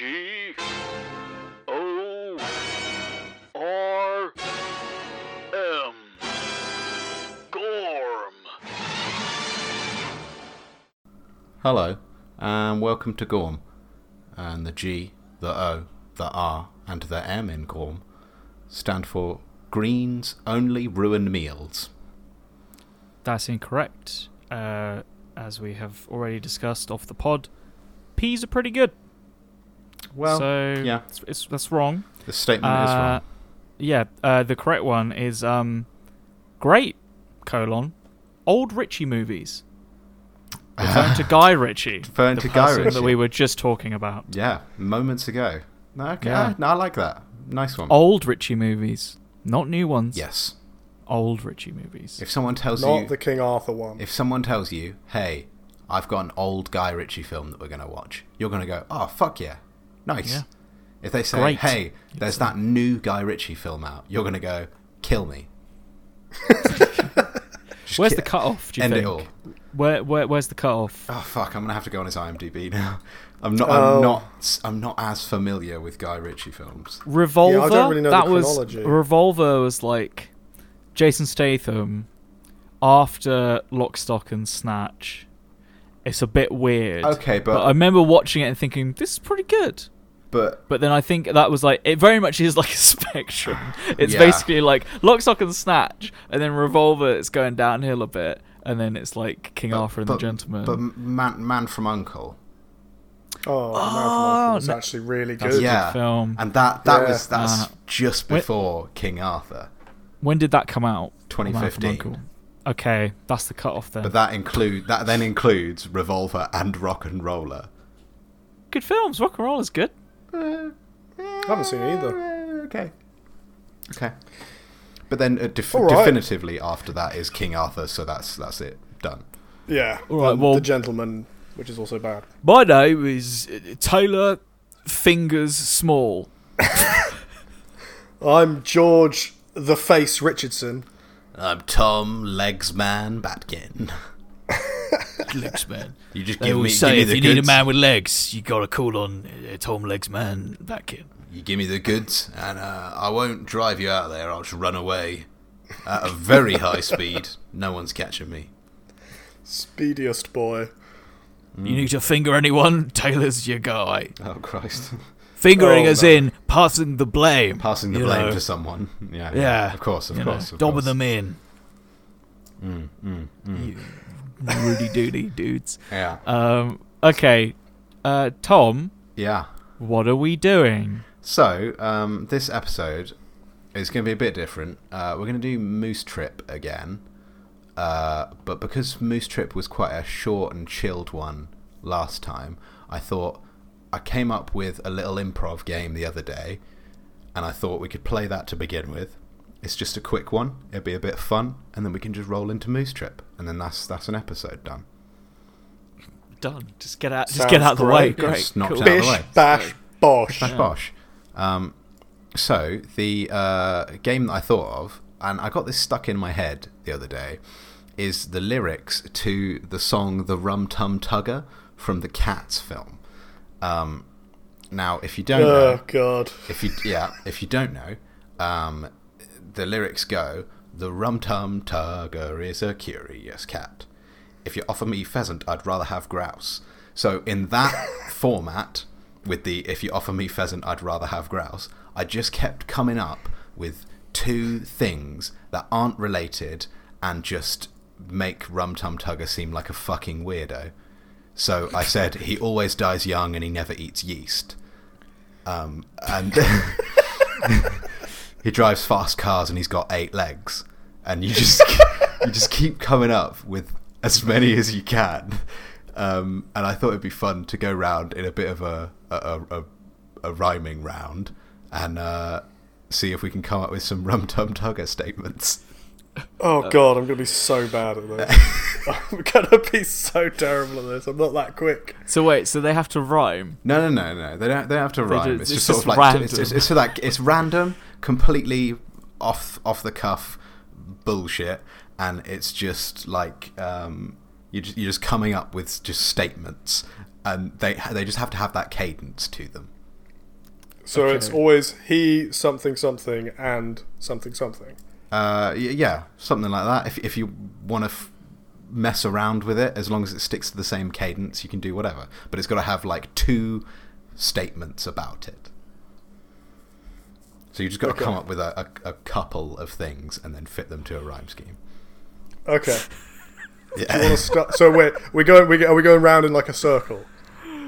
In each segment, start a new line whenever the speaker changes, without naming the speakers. G O R M. Gorm.
Hello, and welcome to Gorm. And the G, the O, the R, and the M in Gorm stand for Greens Only Ruin Meals.
That's incorrect. Uh, as we have already discussed off the pod, peas are pretty good.
Well,
so
yeah.
it's, it's, that's wrong.
the statement is
Uh,
wrong.
Yeah, uh, the correct one is um, great colon old Richie movies. Referring to Guy Ritchie,
Referring
the
to Guy
person
Ritchie.
that we were just talking about.
Yeah, moments ago. No, okay,
Yeah. Oh.
I- no, I like that. Nice one.
Old Richie movies, not new ones.
Yes.
old Richie movies.
If someone tells you,
Not the King Arthur one.
if someone tells you, hey, I've got an old Guy Ritchie film that we're going to watch, you're going to go, oh, fuck yeah. Nice.
Yeah.
If they say,
Great.
hey, there's that new Guy Ritchie film out, you're going to go, kill me. Just
Where's
ki-
the cutoff? Do you
End
think?
it all.
Where, where where's the cutoff?
Oh fuck! I'm gonna have to go on his IMDb now. I'm not.
Oh.
I'm not. I'm not as familiar with Guy Ritchie films.
Revolver.
really know the
that was
chronology.
Revolver was like Jason Statham after Lock, Stock, and Snatch. It's a bit weird.
Okay, but-
I remember watching it and thinking this is pretty good.
But
But then I think that was like it very much is like a spectrum. It's
Yeah.
basically like Lock, Stock, and Snatch, and then Revolver. It's going downhill a bit, and then it's like King Arthur and
but,
the Gentleman.
But Man, Man from Uncle.
oh, the Mouth was
no.
actually really
That's
good.
a
yeah,
good film.
and that that
Yeah.
was that's
Uh,
just
when-
before King Arthur.
When did that come out?
2015.
Malcolm Uncle. Okay, that's the cutoff then.
But that include that then includes Revolver and Rock and Roller.
good films. Rock and roll is good.
I haven't seen it either.
Okay. Okay. But then uh, def-
All right.
definitively after that is King Arthur. So that's that's it. Done.
Yeah.
All right,
and
well-
the Gentleman, which is also bad.
My name is uh, Taylor Fingers Small.
I'm George the Face Richardson.
I'm Tom Legsman Batkin.
legs, man.
You just
They
give me,
always
give
say
me
if
the
you
goods.
need a man with legs, you gotta call on uh, Tom Legs Man that kid.
You give me the goods, and uh, I won't drive you out there. I'll just run away at a very high speed. No one's catching me.
Speediest boy.
You need to finger anyone, Taylor's your guy.
Mm. Oh Christ!
Fingering
Oh,
as
no.
in passing the blame.
Passing the
you
blame
know,
to someone. Yeah, yeah,
Yeah.
Of course, of
you know,
course. of
Dobbing
course. Mm,
them in. You Rudy doody dudes.
Yeah,
Um. Okay. Uh, Tom,
yeah.
what are we doing?
So um, this episode is going to be a bit different. Uh, we're going to do Moose Trip again, uh, but because Moose Trip was quite a short and chilled one last time, I thought I came up with a little improv game the other day, and I thought we could play that to begin with. It's just a quick one; it'd be a bit fun, and then we can just roll into Moose Trip, and then that's that's an episode done.
Done. Just get out.
Sounds
just get out of the way.
great.
Yeah,
Great.
just knocked
cool.
out of the
Bish,
way.
bash, bosh.
Bash Bosh. Um, so the uh, game that I thought of, and I got this stuck in my head the other day, is the lyrics to the song "The Rum Tum Tugger" from the Cats film. Um, now, if you don't know,
Oh, God.
if you yeah, if you don't know, um, the lyrics go: "The rum tum tugger is a curious cat. If you offer me pheasant, I'd rather have grouse." So in that format, with the "If you offer me pheasant, I'd rather have grouse," I just kept coming up with two things that aren't related and just make rum tum tugger seem like a fucking weirdo. So I said he always dies young and he never eats yeast. Um, and he drives fast cars and he's got eight legs. And you just you just keep coming up with as many as you can. Um, and I thought it'd be fun to go round in a bit of a a, a, a, a rhyming round and uh, see if we can come up with some rum tum tugger statements. Uh,
Oh, God, I'm going to be so bad at this. I'm going to be so terrible at this. I'm not that quick.
So wait. So they have to rhyme.
No, no, no, no. They don't. They don't have to rhyme.
just-
it's, just sort
it's just
of like
random.
It's, it's, it's so like it's random, completely off off the cuff bullshit, and it's just like um, you just, you're just coming up with just statements, and they they just have to have that cadence to them.
So it's always he something something and something something.
Uh, y- yeah, something like that. If if you want to f- mess around with it, as long as it sticks to the same cadence, you can do whatever. But it's got to have like two statements about it. So you just got to
Okay.
come up with a, a, a couple of things and then fit them to a rhyme scheme.
Okay.
Yeah.
You wanna start- so wait, we going? We go- are we going round in like a circle?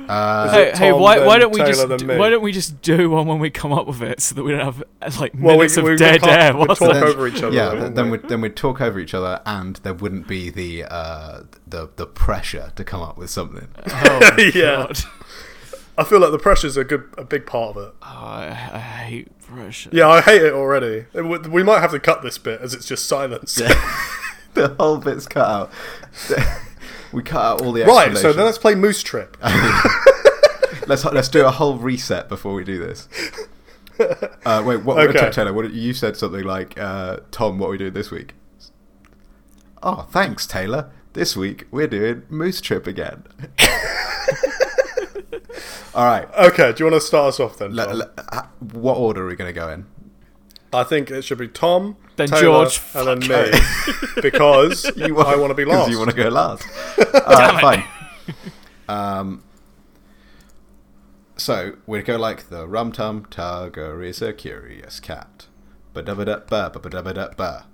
Uh,
hey, hey,
Tom,
why, why
then
don't we
Taylor,
just
then
do,
me.
why don't we just do one when we come up with it so that we don't have uh, like
Well, we-
minutes
we- we
of dead
can't-
air?
we
whilst
talk
I-
over- each other,
Yeah,
though,
th-
wouldn't
then
we?
we'd then we'd talk over each other, and there wouldn't be the uh, the the pressure to come up with something.
oh,
Yeah.
God.
I feel like the pressure's a good, a big part of it.
Oh, I, I hate pressure.
Yeah, I hate it already. It would- We might have to cut this bit as it's just silence.
the whole bit's cut out. we cut out all the
right. So
explanations.
then let's play Moose Trip.
let's let's do a whole reset before we do this. Uh, wait, what?
Okay.
Taylor, what you said something like, uh, "Tom, what are we doing this week?" Oh, thanks, Taylor. This week we're doing Moose Trip again. All right.
Okay. Do you want to start us off then?
Le-
Tom?
le- uh, what order are we going to go in?
I think it should be Tom,
Then
Taylor,
George,
and then me, because I want to be
'cause
last.
You want to go last. All right, fine. Um, so we go like the rum tum tugger is a curious cat. Ba da ba da ba ba da ba da ba.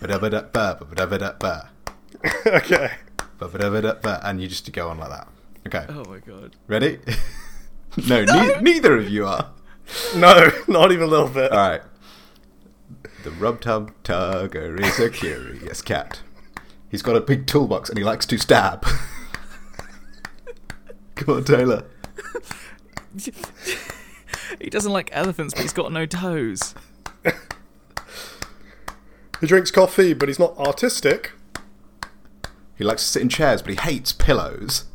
Ba da ba da ba ba da ba da ba.
okay.
Ba ba da ba da ba. And you just go on like that. Okay,
Oh my god.
ready? no, ne- neither of you are.
No, not even a little bit.
All right. The Rub Tub Tugger is a curious cat. He's got a big toolbox and he likes to stab. Come on, Taylor.
He doesn't like elephants, but he's got no toes.
He drinks coffee, but he's not artistic.
He likes to sit in chairs, but he hates pillows.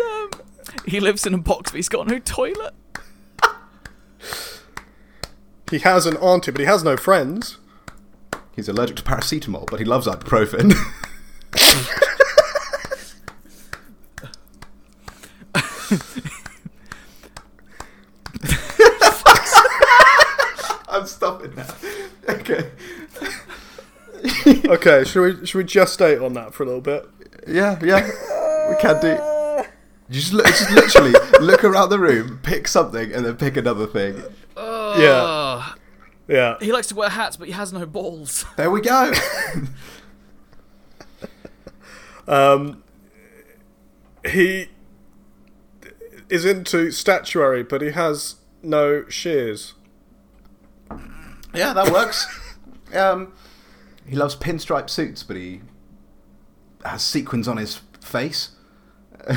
Um, he lives in a box, but he's got no toilet.
He has an auntie, but he has no friends.
He's allergic to paracetamol, but he loves ibuprofen. I'm stopping now. Okay.
Okay, should we should we gestate on that for a little bit?
Yeah, yeah. We can do. You just, look, just literally look around the room, pick something, and then pick another thing.
Uh.
Yeah, yeah.
He likes to wear hats, but he has no balls.
There we go.
Um, he is into statuary, but he has no shears.
yeah, that works. Um, he loves pinstripe suits, but he has sequins on his face.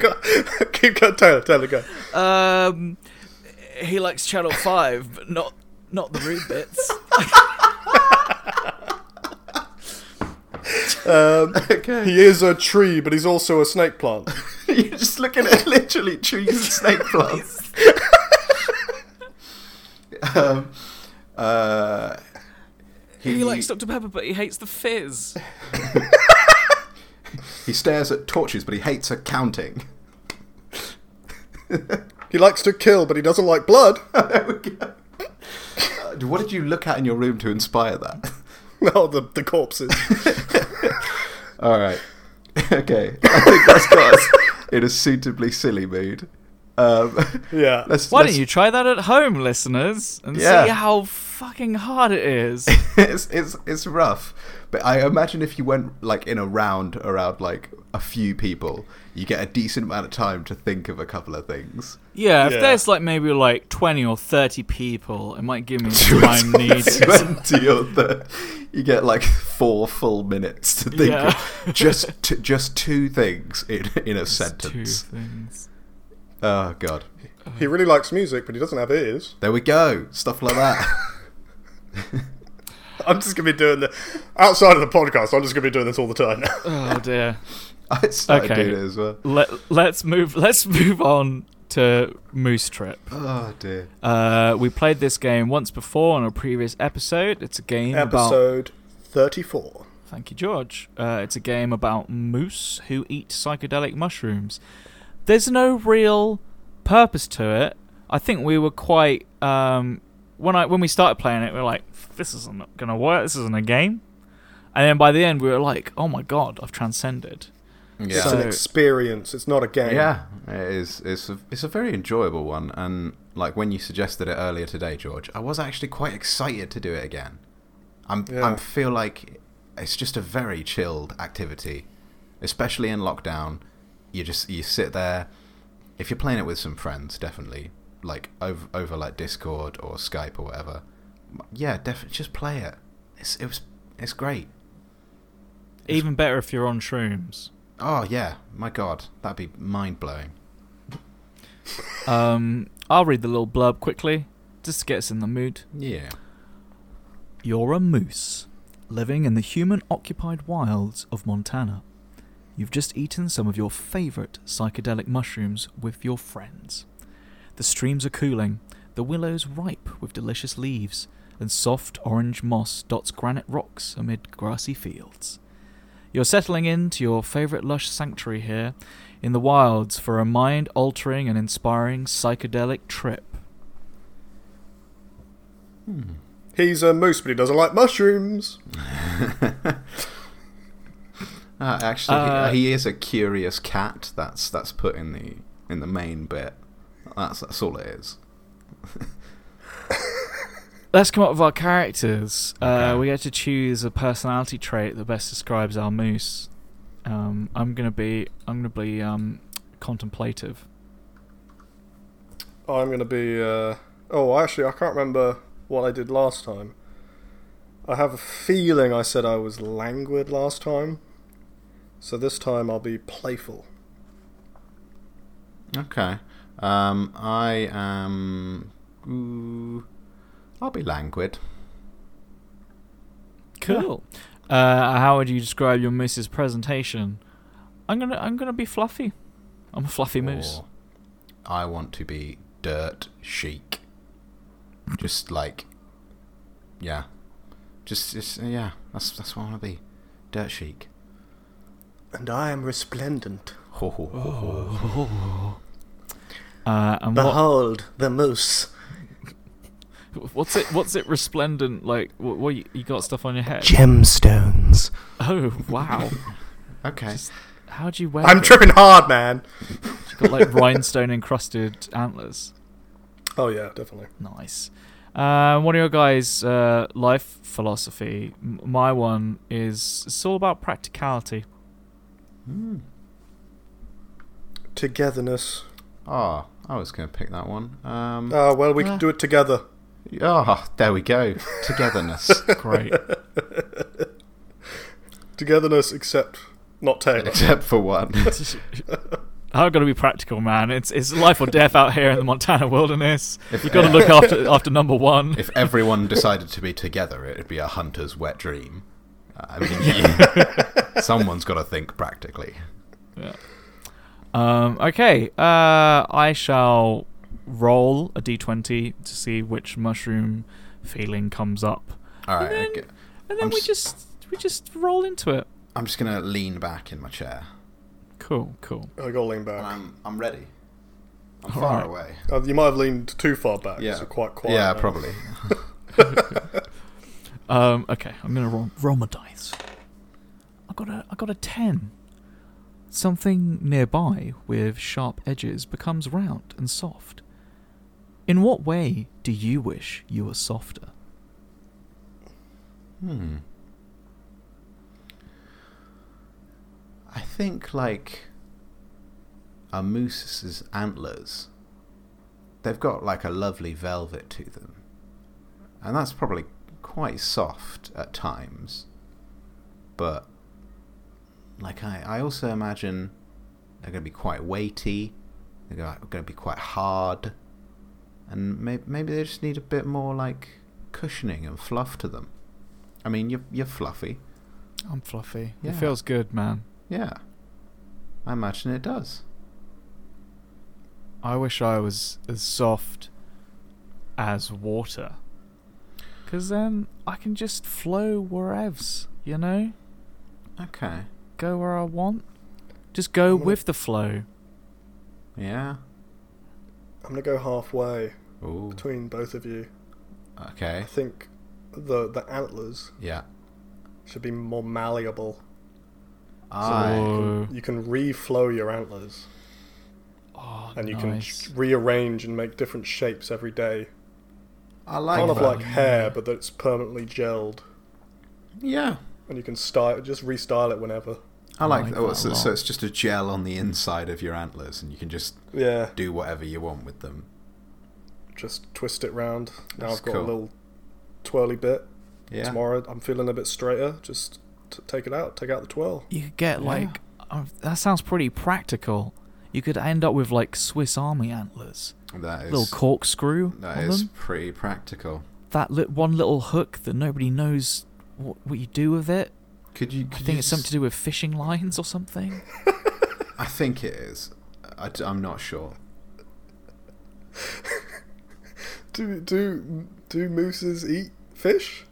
Go- Keep going, Taylor. Taylor, go.
Um, he likes Channel Five, but not not the rude bits.
Okay.
He is a tree, but he's also a snake plant.
You're just looking at literally trees and snake plants. um, uh,
he likes Dr Pepper, but he hates the fizz.
He stares at torches, but he hates accounting.
He likes to kill, but he doesn't like blood.
there we go. Uh, What did you look at in your room to inspire that?
No, the the corpses.
All right. Okay. I think that's got us in a suitably silly mood. Um,
Yeah.
let's,
Why
let's-
don't you try that at home, listeners, and
Yeah.
see how fucking hard it is?
It's, it's it's rough, but I imagine if you went like in a round around like a few people, you get a decent amount of time to think of a couple of things.
Yeah, if
Yeah.
there's like maybe like twenty or thirty people, it might give me the time needed.
Twenty or the, you get like four full minutes to think
Yeah.
of just t- just two things in in a
Two
sentence.
things.
Oh god,
He really likes music, but he doesn't have ears.
there we go. Stuff like that.
I'm just gonna be doing the outside of the podcast. I'm just gonna be doing this all the time. now.
Oh dear.
I started
Okay.
doing it as well.
Let Let's move. Let's move on to Moose Trip.
Oh dear.
Uh, we played this game once before on a previous episode. It's a game about.
Episode 34.
Thank you, George. Uh, it's a game about moose who eat psychedelic mushrooms. There's no real purpose to it. I think we were quite um, when I when we started playing it, we were like, "This isn't gonna work. This isn't a game." And then by the end, we were like, "Oh my god, I've transcended."
Yeah.
It's an
So-
experience, it's not a game.
yeah, it is. It's a, it's a very enjoyable one, and like when you suggested it earlier today, George, I was actually quite excited to do it again. I'm I
Yeah.
feel like it's just a very chilled activity, especially in lockdown. You just you sit there. If you're playing it with some friends, definitely like over over like Discord or Skype or whatever. Yeah, definitely just play it. It's it was it's great.
Even better if you're on shrooms.
Oh yeah, my god, that'd be mind blowing.
Um, I'll read the little blurb quickly, just to get us in the mood.
Yeah.
You're a moose, living in the human occupied wilds of Montana. You've just eaten some of your favorite psychedelic mushrooms with your friends. The streams are cooling, the willows ripe with delicious leaves, and soft orange moss dots granite rocks amid grassy fields. You're settling into your favorite lush sanctuary here in the wilds for a mind altering and inspiring psychedelic trip.
He's a moose, but he doesn't like mushrooms.
Uh, actually, he-
Uh,
he is a curious cat. That's that's put in the in the main bit. That's that's all it is.
Let's come up with our characters. Uh,
Okay.
we get to choose a personality trait that best describes our moose. Um, I'm gonna be I'm gonna be um, contemplative.
I'm going to be. Uh, oh, actually, I can't remember what I did last time. I have a feeling I said I was languid last time. So this time I'll be playful.
Okay. Um, I am. Ooh, I'll be languid.
Cool. Uh, how would you describe your moose's presentation? I'm gonna I'm gonna be fluffy. I'm a fluffy
Oh.
moose.
Or I want to be dirt chic. Just like, yeah, just just uh, yeah. That's that's what I want to be. Dirt chic.
And I am resplendent.
Ho, ho, ho, ho.
Uh, and what,
Behold the moose.
what's it what's it resplendent like? What, what you, you got stuff on your head?
Gemstones.
Oh wow!
Okay.
Oh. Just- How do you wear?
I'm
it?
tripping hard, man.
You got like rhinestone encrusted antlers.
Oh, yeah, definitely.
Nice. Uh, what are your guys' uh, life philosophy? M- my one is it's all about practicality.
Togetherness.
Oh, I was gonna pick that one. Um.
Ah, well, we can do it together.
Oh, there we go. Togetherness.
Great.
Togetherness, except not Taylor.
Except for one.
I've got to be practical, man. It's it's life or death out here in the Montana wilderness. You've got to look after after number one.
If everyone decided to be together, it'd be a hunter's wet dream. I mean, someone's got to think practically.
Yeah. Um, okay. Uh, I shall roll a d20 to see which mushroom feeling comes up,
All right,
then-
okay.
and then
I'm
we
s-
just we just roll into it.
I'm just gonna lean back in my chair.
Cool. Cool.
I got lean back.
I'm I'm ready. I'm
All
far
right.
away.
Uh, you might have leaned too far back.
Yeah.
so quite quiet.
yeah,
now.
probably.
Um, okay, I'm gonna roll, roll my dice. I got a I got a ten. Something nearby with sharp edges becomes round and soft. In what way do you wish you were softer?
Hmm. I think like a moose's antlers. They've got like a lovely velvet to them, and that's probably quite soft at times. But like I, I also imagine they're going to be quite weighty. They're going to be quite hard, and may- maybe they just need a bit more like cushioning and fluff to them. I mean, you're you're fluffy.
I'm fluffy.
Yeah.
It feels good, man.
Yeah, I imagine it does.
I wish I was as soft as water. Because then I can just flow wherevs, you know?
Okay.
Go where I want. Just go
I'm gonna-
with the flow.
Yeah.
I'm gonna go halfway
Ooh.
between both of you. I
Okay.
think the the antlers
Yeah.
should be more malleable.
I.
So-
You can re-flow your antlers,
Oh,
and you
nice.
can rearrange and make different shapes every day.
I like
kind of
that.
like hair, but that's permanently gelled,
yeah.
and you can style just restyle it whenever.
I like,
like
that. Oh,
that a
so, so
lot.
it's just a gel on the inside of your antlers, and you can just
Yeah,
do whatever you want with them.
just twist it round. Now
That's
I've got
cool.
a little twirly bit.
Yeah.
Tomorrow I'm feeling a bit straighter. Just t- take it out. Take out the twirl.
You could get
Yeah.
like. Uh, that sounds pretty practical. You could end up with like Swiss Army antlers.
That is.
little corkscrew
that
on
is
them.
pretty practical.
That li- one little hook that nobody knows what, what you do with it.
Could you?
I
Could
think
you
it's something to do with fishing lines or something.
I think it is. I, am not sure.
Do do do mooses eat fish?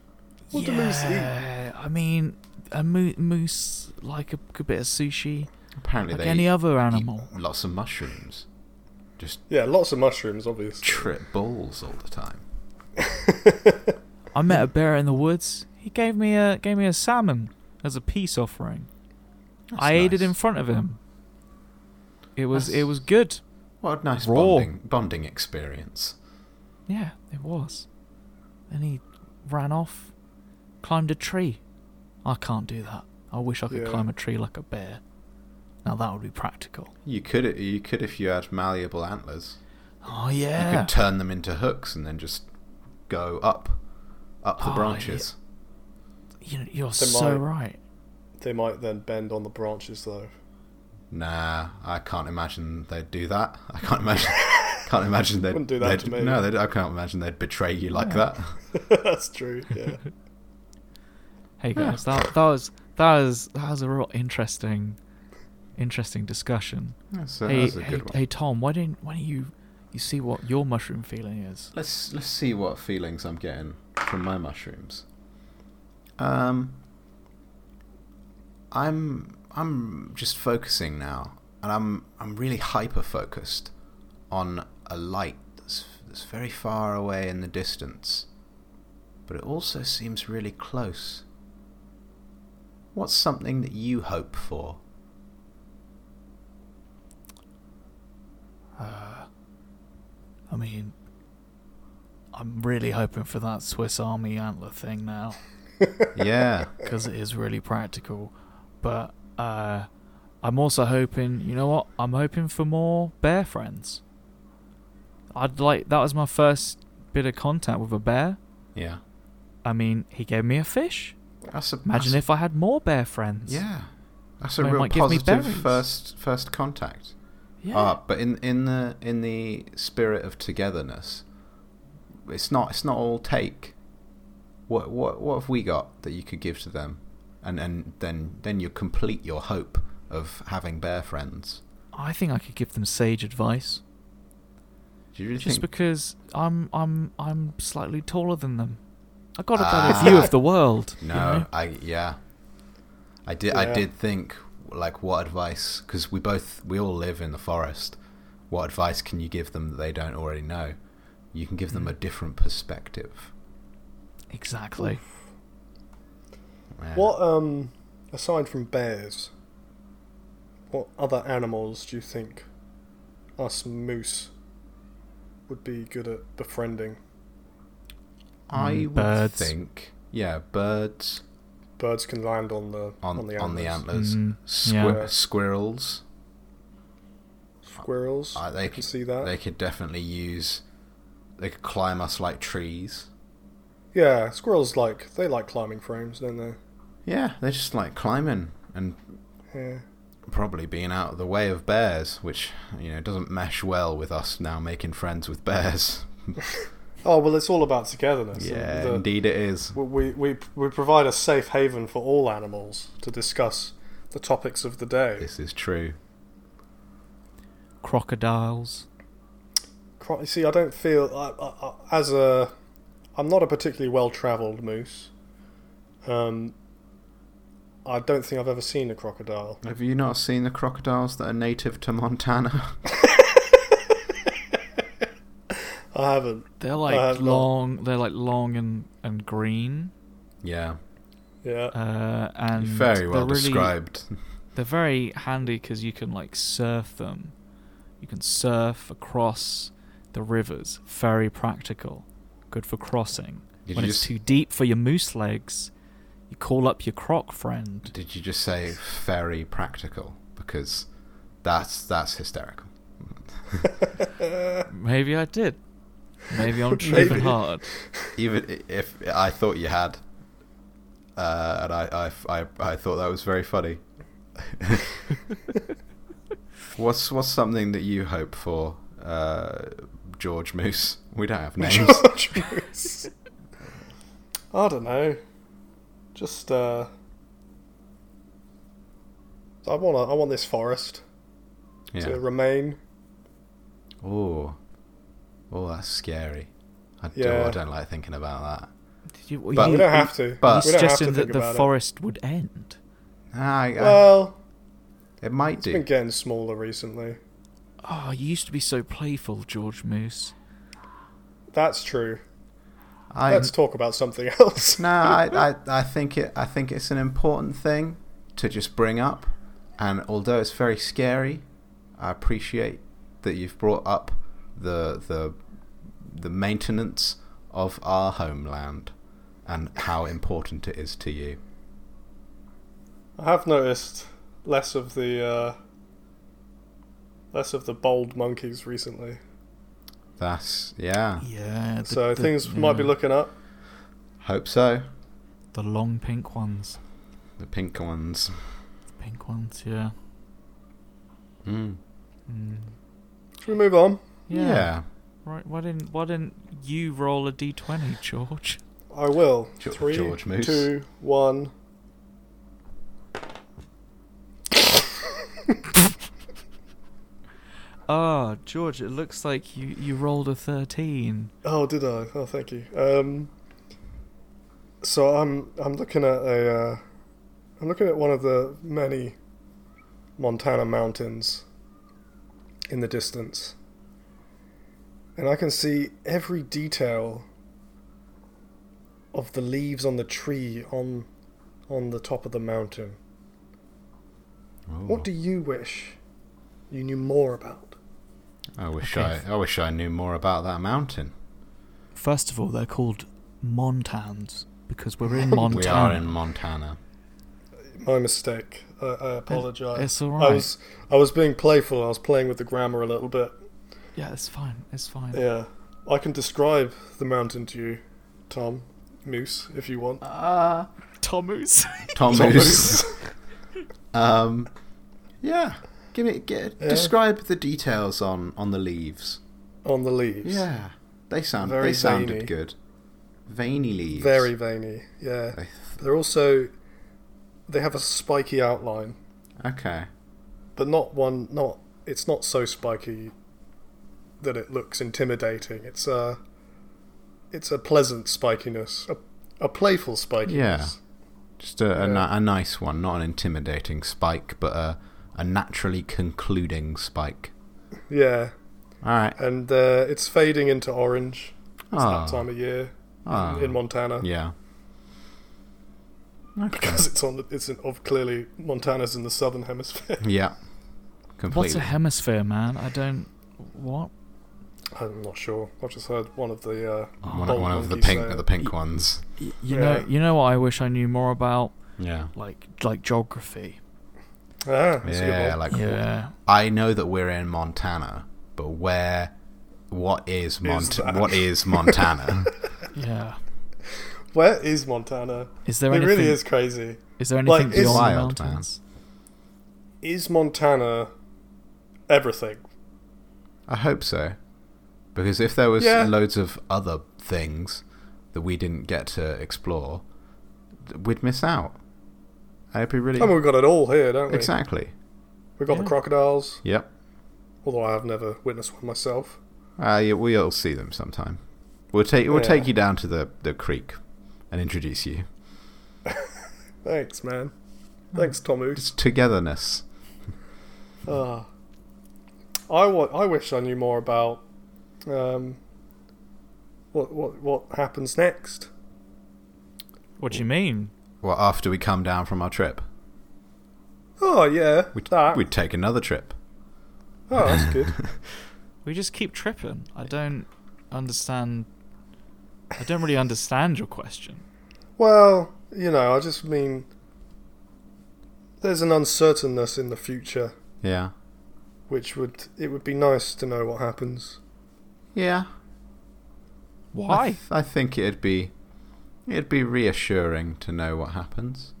What do moose eat?
yeah, I mean, a mo- moose like a good bit of sushi,
Apparently
like
they
any
eat
other animal.
lots of mushrooms. Just
Yeah, lots of mushrooms, obviously.
trip balls all the time.
I met a bear in the woods. He gave me a gave me a salmon as a peace offering.
That's
I ate it
nice.
in front of him. It was
That's-
it was good.
What a nice
Raw.
bonding bonding experience.
Yeah, it was. Then he ran off, climbed a tree. I can't do that. I wish I could
Yeah.
climb a tree like a bear. Now that would be practical.
You could you could if you had malleable antlers.
Oh
You
yeah.
could turn them into hooks and then just go up up
Oh,
the
yeah.
branches.
You, you're
Then
so
my-
right.
They might then bend on the branches, though.
Nah, I can't imagine they'd do that. I can't imagine can't imagine they'd
Wouldn't do that
they'd-
to me.
No, they'd, I can't imagine they'd betray you like
Yeah.
that.
That's true. Yeah.
Hey guys, that that was that was that was a real interesting, interesting discussion.
That's a,
hey,
that's a
hey,
good one.
hey Tom, why didn't why don't you you see what your mushroom feeling is?
Let's let's see what feelings I'm getting from my mushrooms. Um, I'm I'm just focusing now, and I'm I'm really hyper focused on a light that's that's very far away in the distance, but it also seems really close. What's something that you hope for?
Uh, I mean, I'm really hoping for that Swiss Army antler thing now
yeah,
because it is really practical. But uh, I'm also hoping, you know what? I'm hoping for more bear friends. I'd like that was my first bit of contact with a bear.
yeah.
I mean, he gave me a fish.
That's a,
Imagine
that's-
if I had more bear friends.
Yeah, that's a
They
real
might give me
positive
berries.
first first contact.
Yeah.
Ah, but in in the in the spirit of togetherness, it's not it's not all take. What what what have we got that you could give to them, and and then then you complete your hope of having bear friends.
I think I could give them sage advice.
Do you really
Just
think?
because I'm I'm I'm slightly taller than them. I got a better
Ah.
view of the world. you
no,
know?
I yeah, I did I
Yeah.
did think like what advice because we both we all live in the forest. What advice can you give them that they don't already know? You can give them
Mm.
a different perspective.
Exactly.
Yeah.
What um, aside from bears, what other animals do you think us moose would be good at befriending?
I
Mm,
would
birds.
think, yeah, birds
Birds can land on the
on,
on the antlers.
on the antlers.
Mm,
Squir-
yeah.
Squirrels,
Squirrels.
uh, they
you
could
can see that.
They could definitely use. They could climb us like trees.
Yeah, squirrels like they like climbing frames, don't they?
Yeah, they're just like climbing and
Yeah.
probably being out of the way of bears, which you know doesn't mesh well with us now making friends with bears.
Oh well, it's all about togetherness. and
yeah,
the-
indeed it is.
We, we we provide a safe haven for all animals to discuss the topics of the day.
This is true.
Crocodiles.
pri- see, I don't feel I, I, I, as a. I'm not a particularly well-travelled moose. Um, I don't think I've ever seen a crocodile.
Have you not seen the crocodiles that are native to Montana?
I haven't.
They're
have
like
Uh,
not.
long. They're like long and and green.
yeah,
Yeah.
Uh, and
very well
they're really-
described.
They're very handy because you can like surf them. You can surf across the rivers. Very practical. Good for crossing.
Did
when
you
it's
just-
too deep for your moose legs, you call up your croc friend.
Did you just say very practical? Because that's that's hysterical.
Maybe I did. Uh, Maybe I'm
Maybe.
tripping hard.
Even i- if I thought you had, uh, and I, I, I, I thought that was very funny. what's what's something that you hope for, uh, George Moose? We don't have names.
George Moose. I don't know. Just uh I want to I want this forest to
yeah.
remain.
Oh, oh, that's scary. I do.
Yeah.
I don't like thinking about that.
Did you,
But-
you,
we don't have to.
but-
you
we don't have to
suggested
think
that the
about
forest would end.
Ah, I-
it.
I-
Well,
it might
it's
do.
been getting smaller recently.
Oh, you used to be so playful, George Moose.
That's true.
I,
Let's talk about something else.
No, I, I, I think it. I think it's an important thing to just bring up. And although it's very scary, I appreciate that you've brought up the the the maintenance of our homeland and how important it is to you.
I have noticed less of the uh less of the bold monkeys recently.
That's yeah.
Yeah. the-
So
the- Hmm.
things might be
yeah.
looking up.
Hope so.
The long pink ones.
The pink ones.
Pink ones, yeah.
Hmm.
Mm.
Mm.
Should we move on?
Yeah.
Right. Why didn't Why didn't you roll a d twenty, George?
I will.
Ge-
Three,
George Moose.
two, one.
Ah, George. It looks like you you rolled a thirteen.
Oh, did I? Oh, thank you. Um, so I'm I'm looking at a uh, I'm looking at one of the many Montana mountains in the distance, and I can see every detail of the leaves on the tree on on the top of the mountain. What do you wish you knew more about?
I wish
Okay.
I, I wish I knew more about that mountain.
First of all, they're called Montans because we're in
We
Montana.
We are in Montana.
My mistake. I, I apologize.
It's all
I
right.
was I was being playful. I was playing with the grammar a little bit.
Yeah, it's fine. It's fine.
Yeah, I can describe the mountain to you, Tom Moose, if you want.
Tomus.
Tom
Tom
Moose. Um, yeah. Give me get,
Yeah.
describe the details on on the leaves.
on the leaves.
Yeah, they sound
Very
they sounded
veiny.
good. Veiny leaves.
very veiny. Yeah,
They-
they're also they have a spiky outline,
Okay.
but not one. Not it's not so spiky that it looks intimidating. It's a it's a pleasant spikiness, a, a playful spikiness.
Just a, a, ni- a nice one, not an intimidating spike, but a a naturally concluding spike.
Yeah,
All right.
and uh, it's fading into orange. It's
Ah.
that time of year
Ah.
in Montana.
Yeah. Okay.
because it's on the, it's in, of clearly Montana's in the southern hemisphere.
Yeah.
What's a
Completely.
hemisphere, man? I don't. What?
I'm not sure. I just heard one of the uh,
One,
bold
one of the
monkeys
pink
say
the
it.
pink ones.
Y- you
Yeah.
know. You know what I wish I knew more about.
Yeah.
Like like geography.
Ah, that's a good
Yeah,
one.
like
Yeah.
I know that we're in Montana, but where? What is Mont?
that?
what is Montana?
Yeah.
where is Montana?
Is there
it
anything?
really is crazy.
Is there
Like,
anything
it's-
beyond
Wild,
the
man.
mountains?
Is Montana everything?
I hope so, because if there was
Yeah.
loads of other things that we didn't get to explore, th- we'd miss out. I hope we really
I mean, we've got it all here, don't we?
exactly.
We've got
Yeah.
the crocodiles,
Yep.
although I have never witnessed one myself.
Uh, yeah, we'll see them sometime. We'll take we'll
Yeah.
take you down to the, the creek and introduce you.
Thanks, man. Thanks, Tomu.
It's togetherness.
Ah. I wa- I wish I knew more about um, what what what happens next.
What do you mean?
Well, after we come down from our trip,
Oh yeah,
we'd,
that.
we'd take another trip.
Oh, that's good.
We just keep tripping. I don't understand. I don't really understand your question.
well, you know, I just mean there's an uncertainness in the future,
Yeah.
which would it would be nice to know what happens.
Yeah. I,
Why?
th- I think it'd be it'd be reassuring to know what happens.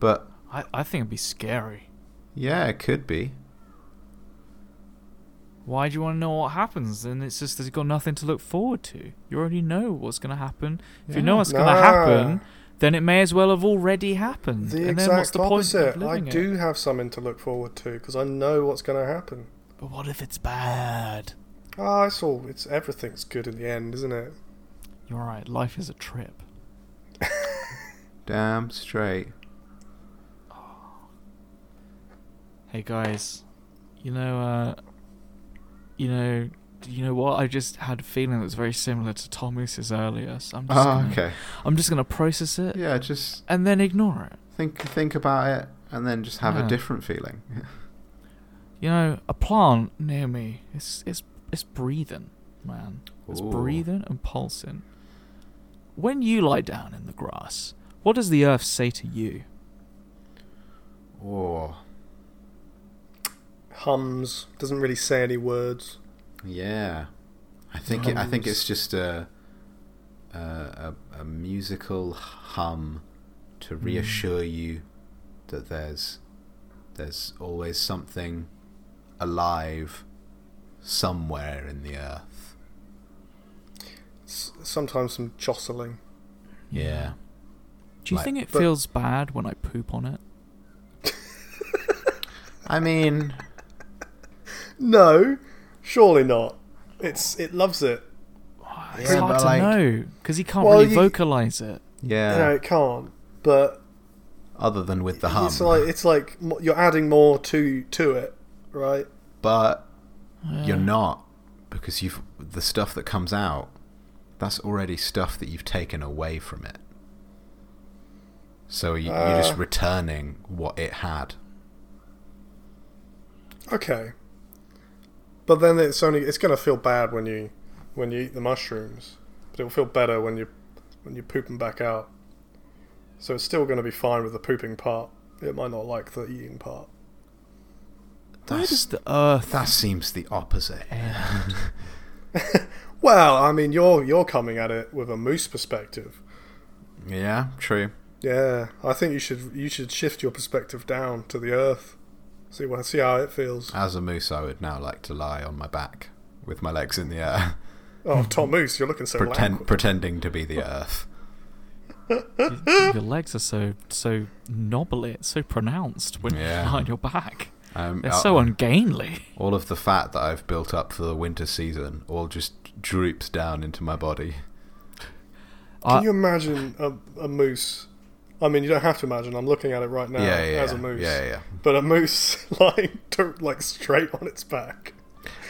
But
I, I think it'd be scary.
yeah, it could be.
Why do you want to know what happens? Then it's just that you've got nothing to look forward to. You already know what's going to happen. If you know what's going
Nah.
to happen, then it may as well have already happened.
The
and
exact
then what's the
opposite.
point of
I
living it?
do have something to look forward to because I know what's going to happen.
But what if it's bad?
Ah, it's all it's everything's good in the end, isn't it?
You're right. Life is a trip.
Damn straight.
Hey guys, you know, uh, you know, you know what? I just had a feeling that was very similar to Thomas's earlier. So
Ah,
I'm just
Oh,
gonna, Uh,
okay.
I'm just gonna process it
Yeah, just
and then ignore it.
think think about it and then just have
Yeah.
a different feeling.
You know, a plant near me. It's it's it's breathing, man. It's
Ooh.
breathing and pulsing. When you lie down in the grass, what does the earth say to you?
oh.
Hums doesn't really say any words.
Yeah, I think it, I think it's just a a, a, a musical hum to
Hmm.
reassure you that there's there's always something alive somewhere in the earth.
S- sometimes some jostling.
Yeah.
Do you
Like-
think it
But-
feels bad when I poop on it?
I mean,
No, surely not. It's it loves it.
It's
Yeah,
hard
but
to
like-
know because he can't
Well,
really
you-
vocalize it.
yeah.
You know it can't. But
other than with the hum,
it's like it's like mo- you're adding more to to it, right?
but you're not because you've the stuff that comes out. That's already stuff that you've taken away from it. So you, you're just
Uh.
returning what it had.
Okay. But then it's only it's going to feel bad when you when you eat the mushrooms, but it'll feel better when you when you poop 'em back out. So it's still going to be fine with the pooping part. It might not like the eating part.
Where
That's-
does the earth
That seems the opposite.
Well, I mean, you're you're coming at it with a moose perspective.
Yeah, true.
Yeah, I think you should you should shift your perspective down to the earth. See what see how it feels. Oh,
As a moose, I would now like to lie on my back with my legs in the air,
Oh, Tom Moose, you're looking so
Mm-hmm. pretend,
languid.
pretending to be the earth.
your legs are so so knobbly, it's so pronounced when
Yeah.
you're on your back.
Um,
They're
uh,
so ungainly.
all of the fat that I've built up for the winter season all just droops down into my body.
Can
I-
you imagine a, a moose? I mean, you don't have to imagine. I'm looking at it right now
yeah, yeah,
Uh, as a
yeah.
moose.
Yeah, yeah.
But a moose lying to, like straight on its back,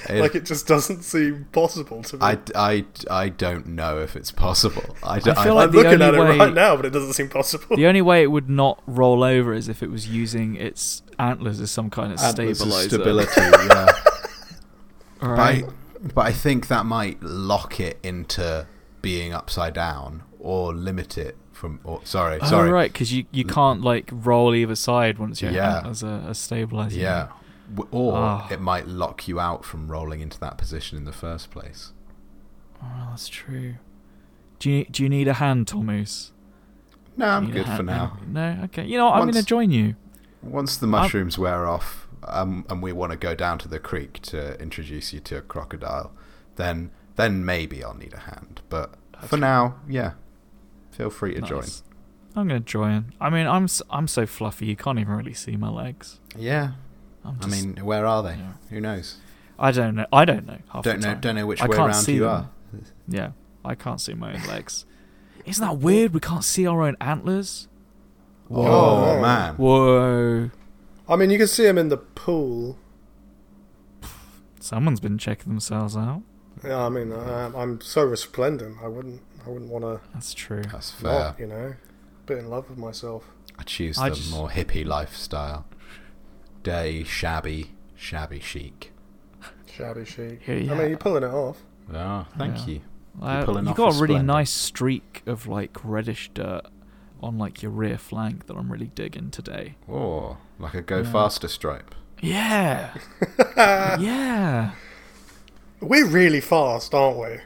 It-
like it just doesn't seem possible to me.
I, I, I don't know if it's possible. I, d-
I feel
I-
like
am
the
looking at
only
it
way-
right now, but it doesn't seem possible.
The only way it would not roll over is if it was using its antlers as some kind of
Antlers of
stabilizer.
Stability, yeah.
All
but, I,
right.
but I think that might lock it into being upside down or limit it from. Or, sorry,
Oh,
sorry.
right, because you, you can't like roll either side once you
Yeah.
have as a, a stabilizer.
Yeah. W- Or
Ah.
it might lock you out from rolling into that position in the first place.
Oh, that's true. Do you do you need a hand, Tomus?
No, I'm
Need a
good for
hand-
now.
No, okay. You know, what, I'm
Once-
going to join you.
Once the mushrooms wear off, um, and we want to go down to the creek to introduce you to a crocodile, then then maybe I'll need a hand. But for now, yeah, feel free to join.
Nice. I'm gonna join. I mean, I'm s- I'm so fluffy you can't even really see my legs.
Yeah,
I'm
I
just,
mean, where are they?
yeah.
Who knows?
I don't know. I don't know. Half
Don't
the
know.
time.
Don't know which
I
way
can't
around
see
you
them.
are.
Yeah, I can't see my own legs. Isn't that weird? We can't see our own antlers.
Oh,
no.
man.
Whoa!
I mean, you can see him in the pool.
Someone's been checking themselves out.
Yeah, I mean, I, I'm so resplendent. I wouldn't, I wouldn't want to
That's true.
That's fair.
not, you know, bit in love with myself.
I choose the
I just-
more hippie lifestyle. Day shabby, shabby chic.
Shabby chic.
Yeah,
I
yeah.
mean, you're pulling it off.
Oh, thank
Yeah.
you.
Uh,
pulling
you've
off
got
a
a really
splendid.
nice streak of like reddish dirt on like your rear flank that I'm really digging today.
Oh, like a go
Yeah.
faster stripe.
Yeah, yeah.
We're really fast, aren't we?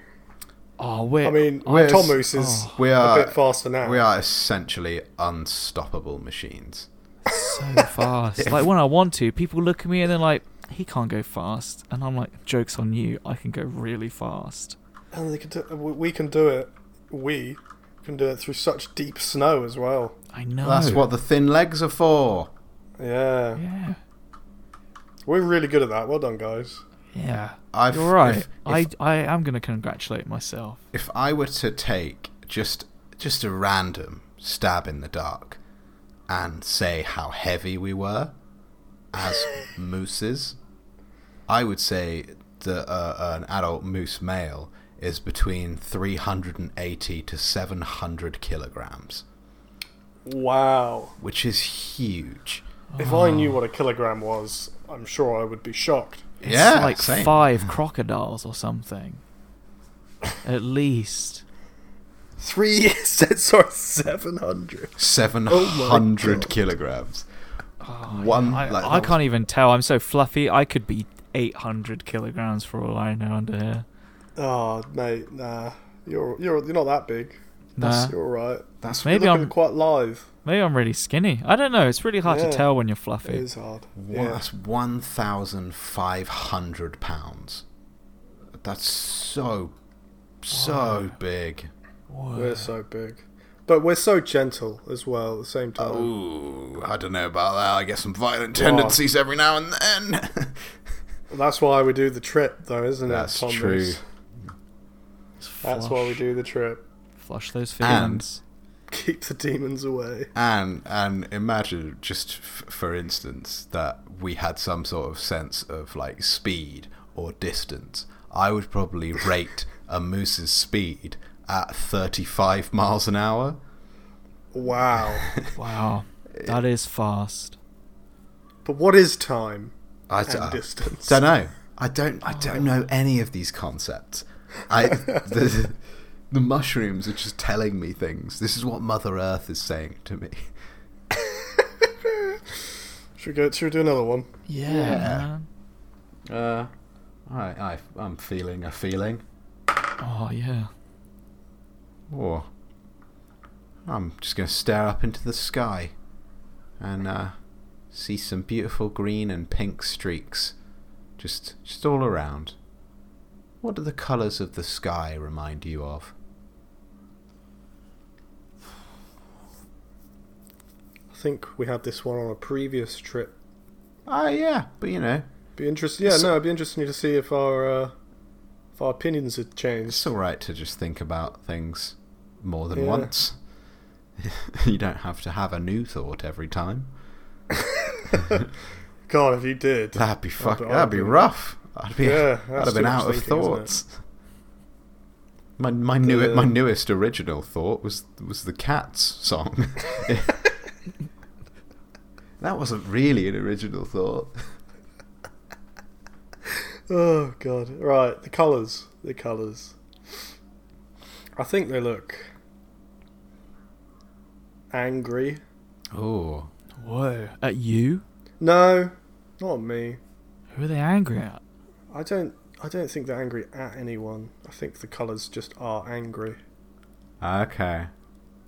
Oh, we're
I mean,
We're-
Tomus is
oh.
We
a
are
bit faster now.
we are essentially unstoppable machines.
so fast. like when I want to, people look at me and they're like, "He can't go fast," and I'm like, "Jokes on you! I can go really fast."
And they can do, we we can do it. We can do it through such deep snow as well.
I know.
That's what the thin legs are for.
Yeah.
Yeah,
We're really good at that. Well done, guys.
yeah.
I've,
You're right.
If,
I,
if,
I am gonna congratulate myself.
if I were to take just just a random stab in the dark and say how heavy we were as mooses, I would say that uh, an adult moose male is between 380 to 700 kilograms,
Wow.
which is huge.
If
Oh.
I knew what a kilogram was, I'm sure I would be shocked.
It's
yeah,
like
same.
five crocodiles or something. At least.
Three sets are 700.
700
God.
kilograms.
Oh,
One,
I,
like,
I
that was-
can't even tell. I'm so fluffy. I could be 800 kilograms for all I know under here.
Oh, mate, nah. You're, you're, you're not that big.
Nah.
You're alright.
That's
Maybe
you're looking
I'm
quite live.
maybe I'm really skinny. I don't know. It's really hard
Yeah.
to tell when you're
It
fluffy.
is hard.
One,
Yeah.
That's one thousand five hundred pounds. That's so, so big.
We're so big. But we're so gentle as well at the same time.
Oh. Ooh, I don't know about that. I get some violent
Wow.
tendencies every now and then.
That's why we do the trip, though, isn't
That's
it? Tom
true.
Rees? That's why we do the trip.
Flush those
And-
feelings.
Keep the demons away.
and and imagine just f- for instance that we had some sort of sense of like speed or distance. I would probably rate a moose's speed at thirty-five miles an hour.
Wow.
Wow. That is fast.
but what is time
I
and
I-
distance?
don't know. I don't. I don't know any of these concepts. I the, the mushrooms are just telling me things. This is what Mother Earth is saying to me.
Should we go? Should we do another one?
Yeah. man.
Uh, I, I I'm feeling a feeling.
Oh yeah.
Or I'm just gonna stare up into the sky, and uh, see some beautiful green and pink streaks, just just all around. What do the colours of the sky remind you of?
I think we had this one on a previous trip.
Ah, yeah, but you know,
Be interesting. Yeah,
So-
no, it'd be interesting to see if our uh, if our opinions had changed.
It's all right to just think about things more than
Yeah.
once. you don't have to have a new thought every time.
God, if you did,
That'd be fuck.
but I'd
That'd be
be-
rough. I'd be.
Yeah,
I'd
that's
have been
too much
out of
thinking, isn't it?
thoughts. My my new
The-
my newest original thought was was the Cats song. that wasn't really an original thought.
Oh god. Right, the colours. The colours. I think they look angry.
Oh,
Whoa. At you?
No, not me.
Who are they angry at?
I don't I don't think they're angry at anyone. I think the colours just are angry.
okay.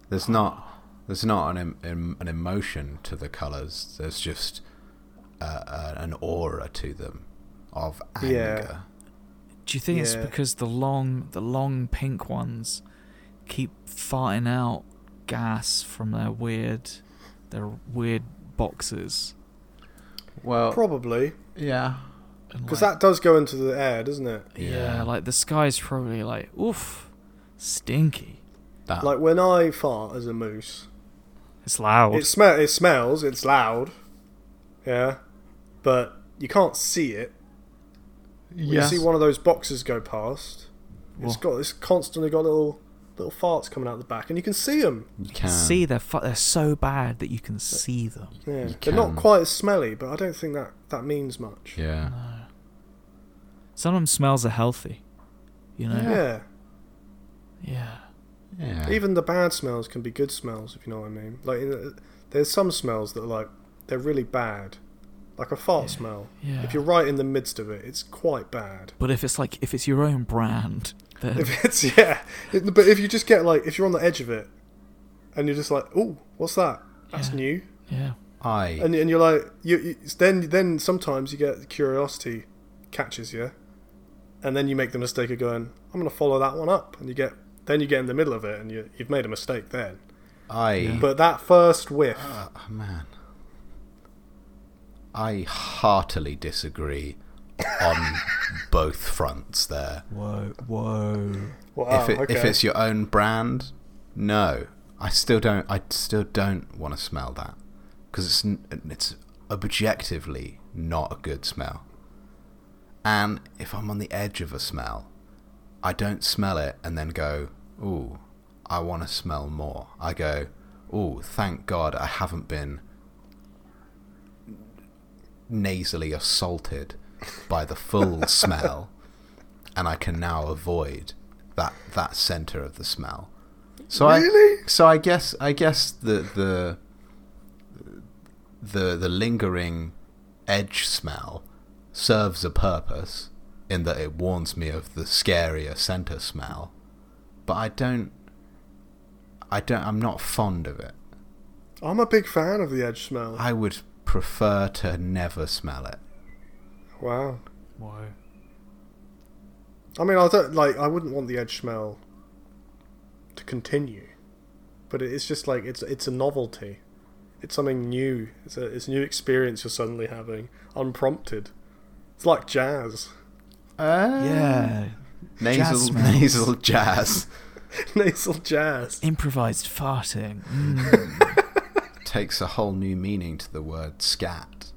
There's not there's not an em, em, an emotion to the colours. There's just uh, uh, an aura to them of anger.
Yeah.
Do you think it's
Yeah.
because the long the long pink ones keep farting out gas from their weird their weird boxes?
Well,
Probably.
yeah.
and
Because
like,
that does go into the air, doesn't it?
yeah.
Yeah.
like the sky's probably like oof, stinky.
That.
Like when I fart as a moose,
It's loud.
it smell it smells, it's loud. Yeah. But you can't see it. When
Yes.
you see one of those boxes go past, it's got it's constantly got little little farts coming out the back and you can see them.
you can
see they're fu- they're so bad that you can see them.
Yeah.
You
They're
can.
not quite as smelly, but I don't think that that means much.
Yeah.
Some of them smells are healthy, you know.
yeah.
Yeah.
Yeah.
Even the bad smells can be good smells, if you know what I mean. Like, you know, there's some smells that are like they're really bad, like a fart smell.
yeah.
If you're right in the midst of it, it's quite bad.
But if it's like if it's your own brand, then
If it's yeah, It- but if you just get like if you're on the edge of it, and you're just like, oh, what's that? That's
Yeah.
new.
yeah,
I.
And and you're like, you, you then then sometimes you get curiosity catches you, and then you make the mistake of going, I'm gonna follow that one up, and you get then you get in the middle of it, and you you've made a mistake then.
I.
But that first whiff.
Uh, man. I heartily disagree on both fronts there.
whoa, whoa,
Wow,
if, it, if
okay.
it's your own brand, no. I still don't. I still don't want to smell that because it's n- it's objectively not a good smell. And if I'm on the edge of a smell, I don't smell it and then go, "Ooh, I want to smell more." I go, "Ooh, thank God I haven't been nasally assaulted by the full smell." and I can now avoid that that center of the smell. So I so I guess I guess the the the the lingering edge smell serves a purpose in that it warns me of the scarier center smell, but I don't I don't I'm not fond of it.
I'm a big fan of the edge smell.
I would prefer to never smell it.
wow.
whoa.
I mean, I don't like. I wouldn't want the edge smell to continue, but it- it's just like it's it's a novelty. It's something new. It's a it's a new experience you're suddenly having, unprompted. It's like jazz,
Uh,
Yeah,
nasal
jazz smells.
nasal jazz
nasal jazz.
improvised farting. Mm.
takes a whole new meaning to the word scat.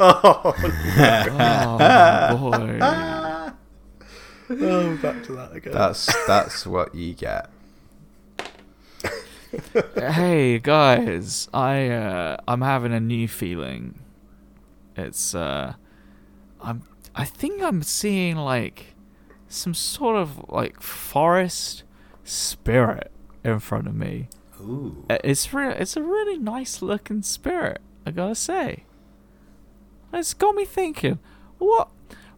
Oh,
oh boy.
no, back to that again.
That's that's what you get.
hey guys, I uh, I'm having a new feeling. It's uh, I'm I think I'm seeing like some sort of like forest spirit in front of me.
Ooh.
Uh, It's re- it's a really nice looking spirit, I gotta say. It's got me thinking, what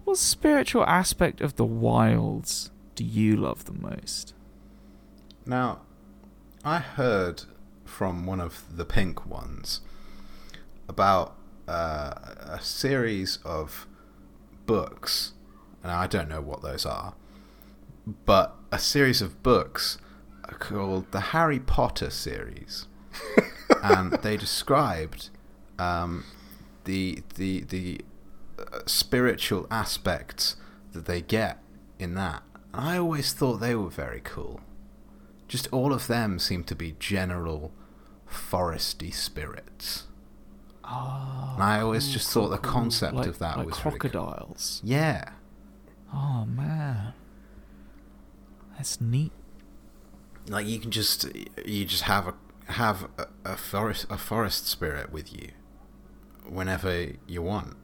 what spiritual aspect of the wilds do you love the most?
Now, I heard from one of the pink ones about uh, a series of books, and I don't know what those are, but a series of books called the Harry Potter series, and they described um, the the the uh, spiritual aspects that they get in that. And I always thought they were very cool just all of them seem to be general foresty spirits.
Oh,
And I always just thought the concept
like,
of that
like
was really cool.
crocodiles.
Yeah.
Oh man, that's neat.
Like you can just you just have a have a, a forest a forest spirit with you whenever you want.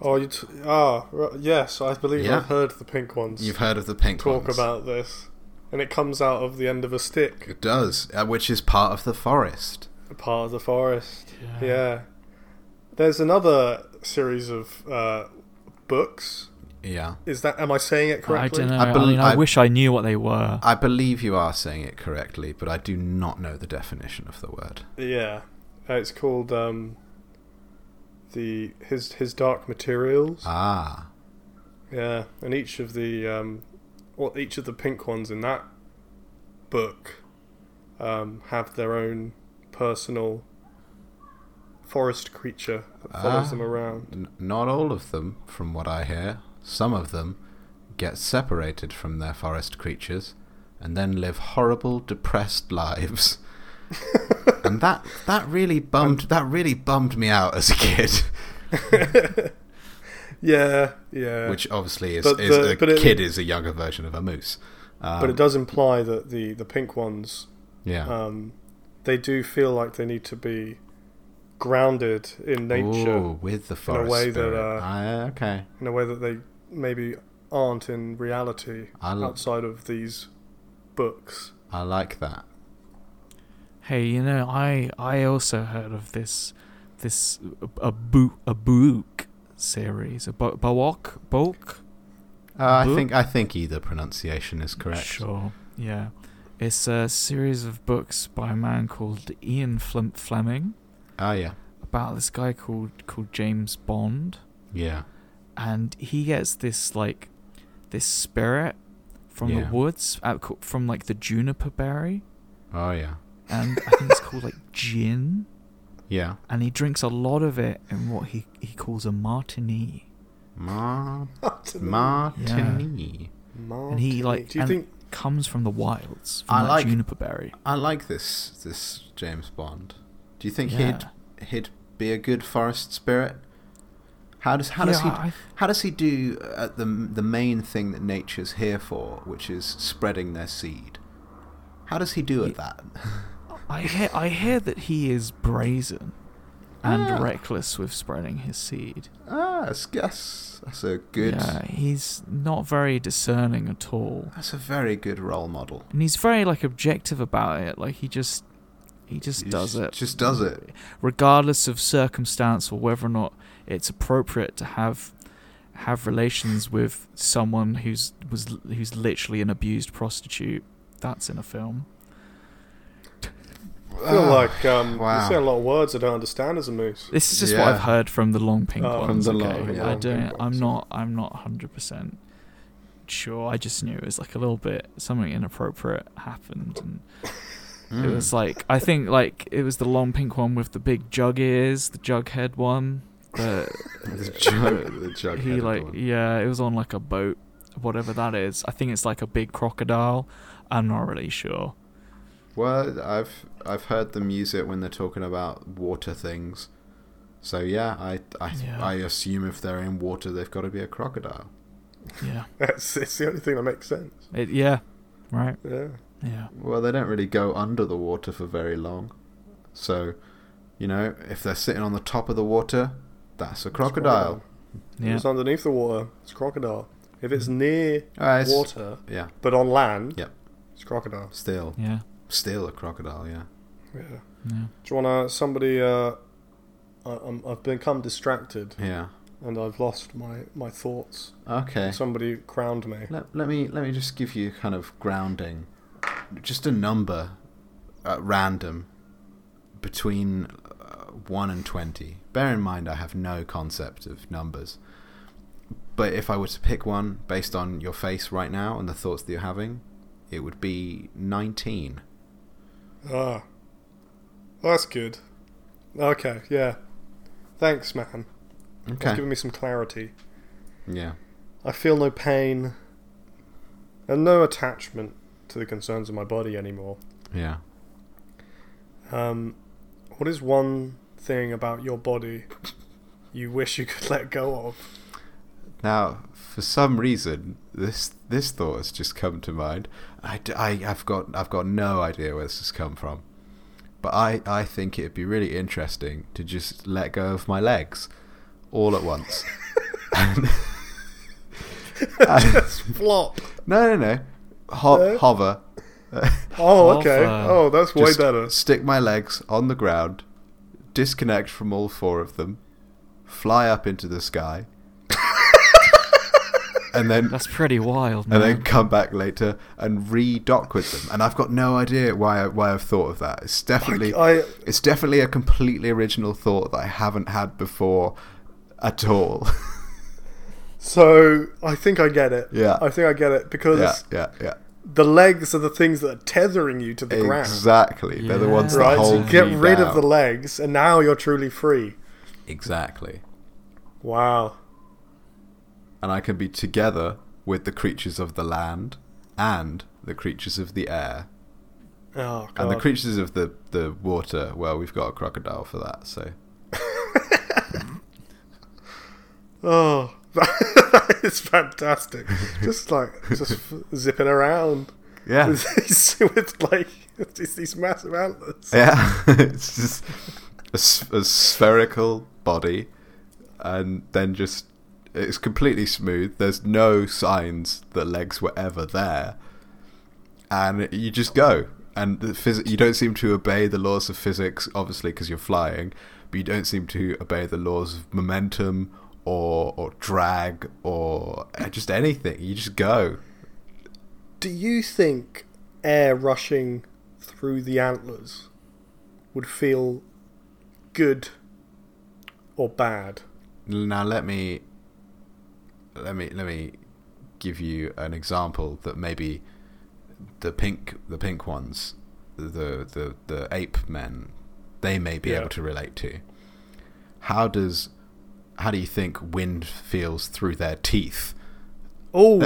Oh, you t- ah ri- yes, I believe
Yeah.
I've heard the pink ones
You've heard of the pink
talk
ones.
about this, and it comes out of the end of a stick,
It does, uh, which is part of the forest.
a part of the forest. Yeah. There's another series of uh, books.
Yeah.
Is that am I saying it
I
correctly?
don't know.
I
I,
bel-
mean, I,
I-
wish I knew what they were.
I believe you are saying it correctly, but I do not know the definition of the word.
Yeah. Uh, it's called um, the his his dark materials.
Ah.
Yeah, and each of the um, well, each of the pink ones in that book um, have their own personal forest creature that follows
Ah.
them around.
N- not all of them, from what I hear. Some of them get separated from their forest creatures and then live horrible, depressed lives. and that that really bummed that really bummed me out as a kid.
Yeah, yeah.
Hmm. Which obviously is,
But
is
the-
a
but it-
kid is a younger version of a moose. Um,
but it does imply that the, the pink ones,
yeah.
um, they do feel like they need to be grounded in nature
Ooh, with the forest
way that,
spirit.
uh,
Ah, okay.
in a way that they maybe aren't in reality
I l-
outside of these books.
I like that.
Hey, you know, I I also heard of this this a book a book series a bo- book book.
Uh, I
Book?
think I think either pronunciation is correct.
Sure. Yeah, it's a series of books by a man called Ian Flim- Fleming
Ah, yeah,
about this guy called called James Bond,
yeah.
and he gets this like this spirit from
Yeah.
the woods out, co- from like the juniper berry,
Oh, yeah,
and I think it's called like gin.
yeah.
and he drinks a lot of it in what he, he calls a martini.
Ma-
Martin.
martini.
And he like
do you
and
think?
it comes from the wilds, from
I
that
like-
juniper berry.
I like this this James Bond. Do you think
Yeah.
he'd he'd be a good forest spirit? How does how does
Yeah,
he
I-
how does he do uh, the the main thing that nature's here for, which is spreading their seed? How does he do at that?
I hear I hear that he is brazen and
Ah.
reckless with spreading his seed.
ah, that's, that's that's a good
Yeah, he's not very discerning at all,
that's a very good role model.
and he's very like objective about it. Like he just he just
He
does
just-
it,
just does it.
regardless of circumstance or whether or not it's appropriate to have have relations with someone who's was who's literally an abused prostitute. That's in a film.
I feel like um,
Ah, wow.
you say a lot of words I don't understand as a moose.
This is just what
Yeah.
I've heard from the long pink
Oh,
From
ones.
the
okay?
long- yeah.
I
long
don't.
pink
I'm
ones.
not. I'm not hundred percent sure. I just knew it was like a little bit something inappropriate happened, and it
Mm.
was like I think like it was the long pink one with the big jug ears, the jug head one. The
the jug, the jug
he like yeah it was on like a boat whatever that is i think it's like a big crocodile i'm not really sure
Well, I've I've heard them use it when they're talking about water things. So yeah, I I,
Yeah.
I assume if they're in water, they've got to be a crocodile.
yeah
That's it's the only thing that makes sense.
it, yeah right
Yeah.
yeah
Well, they don't really go under the water for very long. So, you know, if they're sitting on the top of the water, that's a crocodile.
yeah
It's underneath the water. It's crocodile. If it's near
Ah, it's-
water
Yeah,
but on land,
Yep.
it's crocodile.
still,
yeah
still a crocodile. Yeah.
Yeah.
yeah
Do you want to somebody? Uh, I, I'm, I've become distracted
Yeah.
and I've lost my my thoughts.
Okay.
Somebody crowned me.
Let, let me let me just give you kind of grounding, just a number at random between uh, one and twenty. Bear in mind, I have no concept of numbers, but if I were to pick one based on your face right now and the thoughts that you're having, it would be nineteen.
Ah, that's good. Okay, yeah. Thanks, man. That's
Okay.
giving me some clarity.
Yeah.
I feel no pain and no attachment to the concerns of my body anymore.
Yeah.
Um, what is one thing about your body you wish you could let go of?
Now, for some reason, this this thought has just come to mind. I, d- I, have got I've got no idea where this has come from, but I, I think it'd be really interesting to just let go of my legs, all at once. And-
Just flop.
no, no, no, Ho-
No?
hover. Uh,
Oh, okay.
Alpha.
Oh, that's way
Just
better.
Stick my legs on the ground, disconnect from all four of them, fly up into the sky, and then
that's pretty wild man.
and then come back later and re-dock with them. And I've got no idea why I, why I've thought of that. It's definitely
I-
it's definitely a completely original thought that I haven't had before at all.
So I think I get it.
Yeah.
I think I get it because
yeah, yeah, yeah.
the legs are the things that are tethering you to the ground.
Exactly. They're the ones that
Right, so
hold
you get
you
rid
down.
of the legs, and now you're truly free.
Exactly.
Wow.
And I can be together with the creatures of the land and the creatures of the air.
Oh god.
And the creatures of the, the water, well, we've got a crocodile for that, so.
oh, that is fantastic. just like just zipping around
Yeah.
with, these, with like just these massive antlers.
yeah. it's just a, s- a spherical body, and then just. It's completely smooth. There's no signs that legs were ever there. And you just go. And the phys- you don't seem to obey the laws of physics, obviously, because you're flying, but you don't seem to obey the laws of momentum or, or drag or uh, just anything. You just go.
Do you think air rushing through the antlers would feel good or bad?
Now let me let me let me give you an example that maybe the pink the pink ones the the the ape men they may be
Yeah.
able to relate to. How does how do you think wind feels through their teeth?
Oh,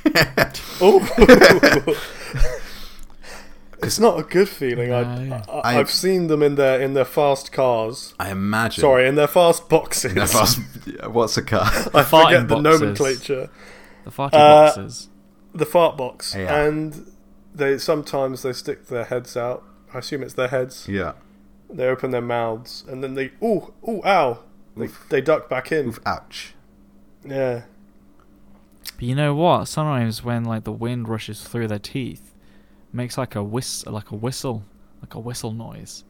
oh. it's not a good feeling. I,
No.
I,
I-
I've seen them in their in their fast cars.
I imagine.
Sorry, in their fast boxes.
If I was- What's a car?
I
Farting
forget the
boxes.
nomenclature.
The farting
Uh,
boxes.
The fart box,
Yeah.
and they sometimes they stick their heads out. I assume it's their heads.
yeah.
They open their mouths and then they ooh ooh ow. They, they duck back in.
Oof, ouch.
Yeah.
But you know what? Sometimes when like the wind rushes through their teeth, it makes like a whis like a whistle, like a whistle noise.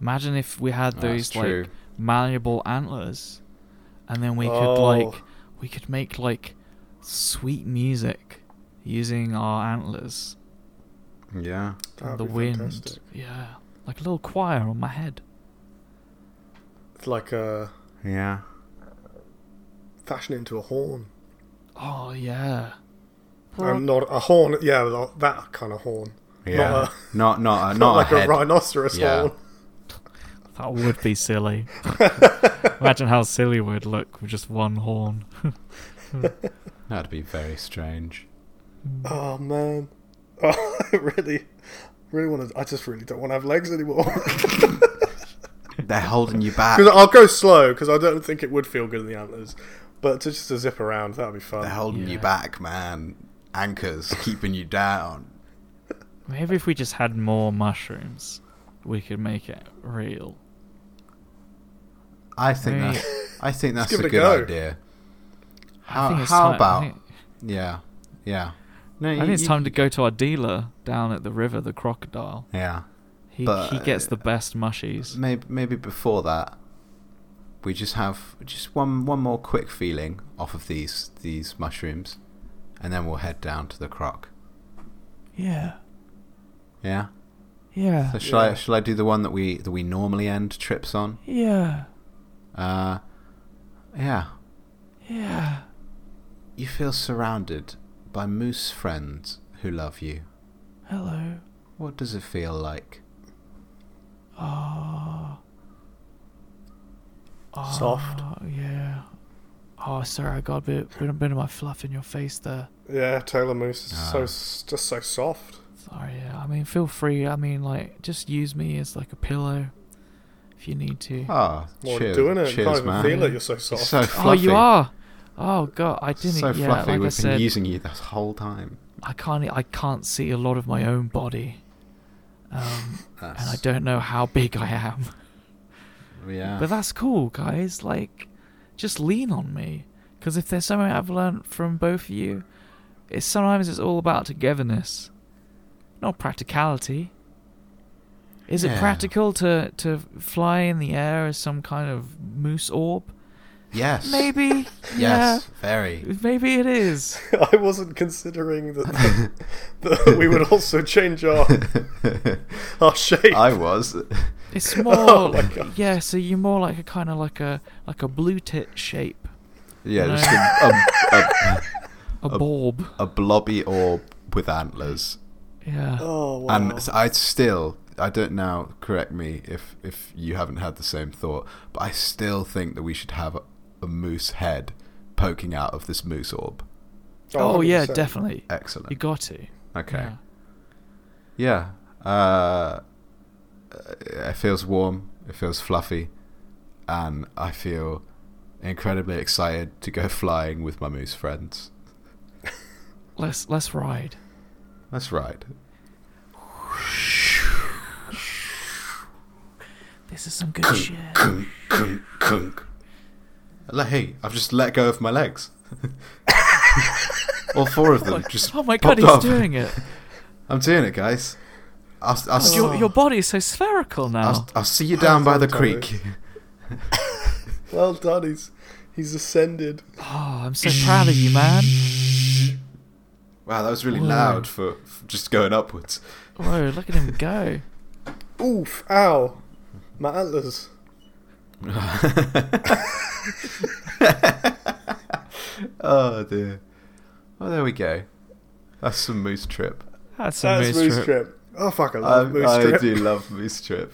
Imagine if we had
That's
those
true.
like malleable antlers, and then we could
Oh.
like we could make like sweet music using our antlers
yeah.
That would
and the
be
wind.
fantastic.
Yeah, like a little choir on my head.
It's like a
Yeah.
fashion into a horn.
Oh yeah.
Um, not a horn. Yeah, well, that kind of horn.
Yeah. Not not not, a,
Not
not
like
a
a,
head.
rhinoceros
Yeah.
horn.
That would be silly. Imagine how silly we'd look with just one horn.
That'd be very strange.
Oh man. Oh, I really, really want to. I just really don't want to have legs anymore.
They're holding you back.
'Cause I'll go slow because I don't think it would feel good in the antlers. But to just to zip around, that would be fun.
They're holding you
Yeah.
back, man. Anchors keeping you down.
Maybe if we just had more mushrooms, we could make it real.
I think
Right.
that's I think that's a
give it
good
a go.
idea.
I
How,
think it's
how
ti-
about
I think,
yeah, yeah. No,
I think it's time to go to our dealer down at the river, the crocodile.
Yeah,
He
But-
he gets the best mushies.
maybe maybe before that, we just have just one one more quick feeling off of these these mushrooms, and then we'll head down to the croc.
Yeah,
Yeah.
yeah,
So shall I
Yeah.
shall I do the one that we that we normally end trips on?
yeah,
Uh, yeah.
yeah.
You feel surrounded by moose friends who love you.
Hello.
What does it feel like?
Oh.
Soft.
Ah. yeah. Oh, sorry, I got a bit, bit, bit of my fluff in your face there.
Yeah, Taylor Moose is so
Ah.
s- just so soft.
Sorry, yeah. I mean, feel free. I mean, like, just use me as like a pillow if you need to.
Ah,
Well,
cheers,
doing it, you
cheers,
can't even
man.
feel it. You're so soft.
so
oh,
fluffy.
you are. Oh god, I didn't.
so
yeah,
fluffy.
like I
We've been
said,
using you this whole time.
I can't. e, I can't see a lot of my own body, um, and I
That's-
don't know how big I am.
Yeah.
But that's cool, guys. Like, just lean on me, because if there's something I've learned from both of you, it's sometimes it's all about togetherness, not practicality. Is it
Yeah.
practical to to fly in the air as some kind of moose orb?
yes.
Maybe. yeah.
Yes. Very.
Maybe it is.
I wasn't considering that, that we would also change our our shape.
I was.
It's more,
Oh my
like-
gosh.
yeah. So you're more like a kind of like a like a blue tit shape,
Yeah.
No.
Just a, a, a,
a
A-
bulb.
a blobby orb with antlers.
Yeah.
Oh wow.
And s- I still, I don't now. Correct me if if you haven't had the same thought, but I still think that we should have a, a moose head poking out of this moose orb.
Oh, yeah,
100%.
definitely.
Excellent.
You got to.
okay.
Yeah.
Yeah. Uh, it feels warm. It feels fluffy, and I feel incredibly excited to go flying with my moose friends.
Let's let's ride.
That's right.
This is some good shit.
Kunk, kunk, kunk. Like, hey, I've just let go of my legs. All four of them just.
Oh my
popped
god, he's
off.
doing it. Oh.
I'm doing it, guys. I'll, I'll, s-
Your your body is so spherical now.
I'll, I'll see you down by the
Totally.
creek.
Well done. He's he's ascended.
Oh, I'm so proud of you, man.
Wow, that was really
Whoa.
loud for, for just going upwards.
Whoa, look at him go.
Oof! Ow! My antlers.
oh dear. Well, there we go. That's some moose trip.
That's a
That's
moose, trip.
Oh fuck! I
I,
love moose
I
trip.
do love moose trip.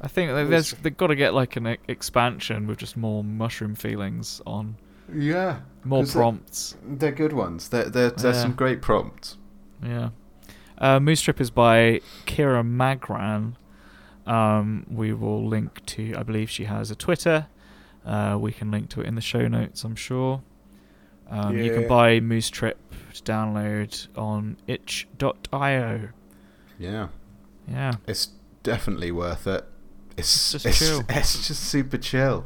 I think that there's they've got to get like an e- expansion with just more mushroom feelings on
Yeah.
more
'cause
prompts.
They're, they're good ones. They're, they're, they're
Yeah.
some great prompts.
Yeah. Uh, Moose Trip is by Kira Magran. Um, we will link to, I believe she has a Twitter. Uh, we can link to it in the show notes, I'm sure. Um, You can
Yeah.
buy Moose Trip to download on itch.io.
Yeah.
Yeah.
It's definitely worth it. It's,
It's just
it's,
chill.
it's just super chill.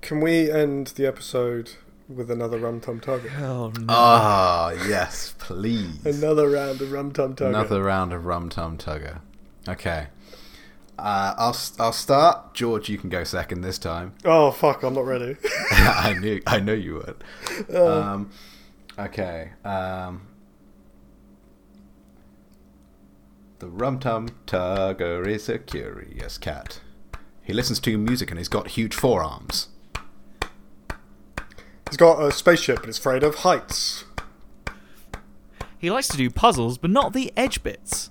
Can we end the episode with another rum tum tugger?
Hell Oh, no.
Ah, yes, please.
Another round of rum tum tugger.
Another round of rum tum tugger. Okay. Uh, I'll s- I'll start. George, you can go second this time.
Oh fuck! I'm not ready.
I knew I know you would.
Oh.
Um, okay. Um, the rum tum tugger is a curious cat. He listens to music and he's got huge forearms.
He's got a spaceship and it's afraid of heights.
He likes to do puzzles, but not the edge bits.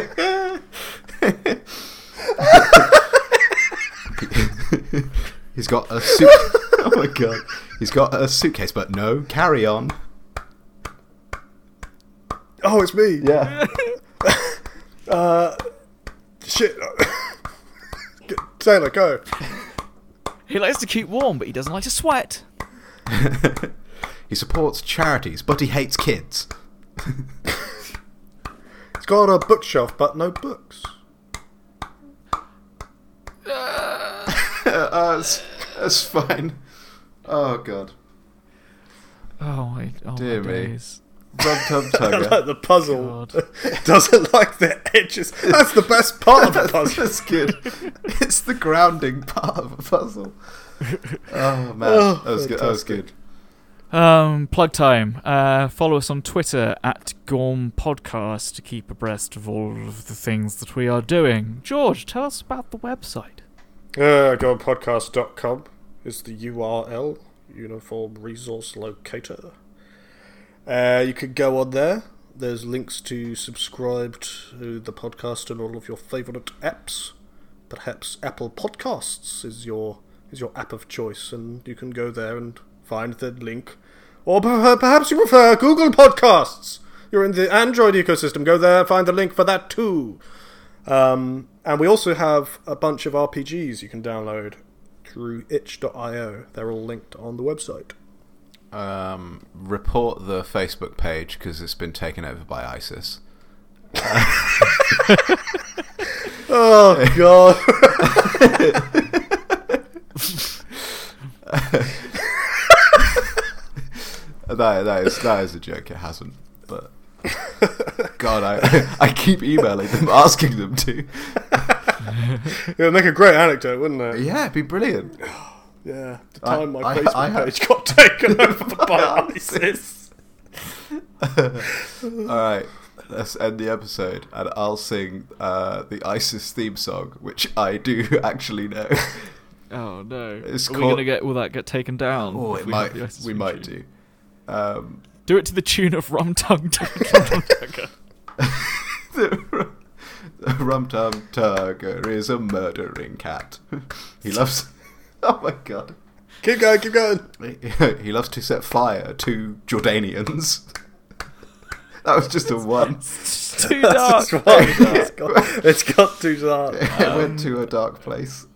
He's got a suit. oh my god. He's got a suitcase, but no carry on.
Oh, it's me.
Yeah.
Uh, Shit. Get- Taylor, go.
He likes to keep warm, but he doesn't like to sweat.
he supports charities, but he hates kids.
It's got a bookshelf, but no books.
Uh, that's, that's fine. Oh god.
Oh my, oh
Dear
my
me.
days.
Rum tum tugger.
Like the puzzle
God.
doesn't like the edges. That's the best part of the puzzle.
That's good. It's the grounding part of a puzzle. Oh man,
Oh,
that was good. That was good.
Um, plug time. Uh, follow us on Twitter at Gorm Podcast to keep abreast of all of the things that we are doing. George, tell us about the website.
Uh, go on podcast.com is the URL, Uniform Resource Locator. Uh, you can go on there. There's links to subscribe to the podcast and all of your favourite apps. Perhaps Apple Podcasts is your is your app of choice, and you can go there and find the link. Or per- uh, perhaps you prefer Google Podcasts. You're in the Android ecosystem. Go there, find the link for that too. Um, and we also have a bunch of RPGs you can download through itch.io. They're all linked on the website.
Um, report the Facebook page because it's been taken over by ISIS.
Oh god.
That that is that is a joke. It hasn't, but God, I I keep emailing them asking them to.
it would make a great anecdote, wouldn't it?
Yeah, it'd be brilliant.
Yeah. The
I-
time my
I-
Facebook
I have-
page got taken over by ISIS.
All right, let's end the episode, and I'll sing uh, the ISIS theme song, which I do actually know.
Oh no!
It's
Are we
called-
gonna get will that get taken down?
Oh,
if
it
we have
might.
the ice
We
cream
might
tune?
do. Um,
Do it to the tune of Rum Tum Tugger.
the Rum Tum Tugger is a murdering cat. He loves. Oh my god.
Keep going, keep going.
He loves to set fire to Jordanians. That was just a one.
It's too
That's
dark.
just wrong. It's got, it's got too dark.
It went to a dark place.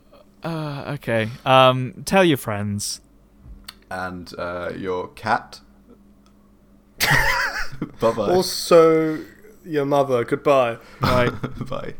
Uh, okay. Um, tell your friends.
And uh, your cat. bye bye.
Also, your mother. Goodbye.
Right.
bye.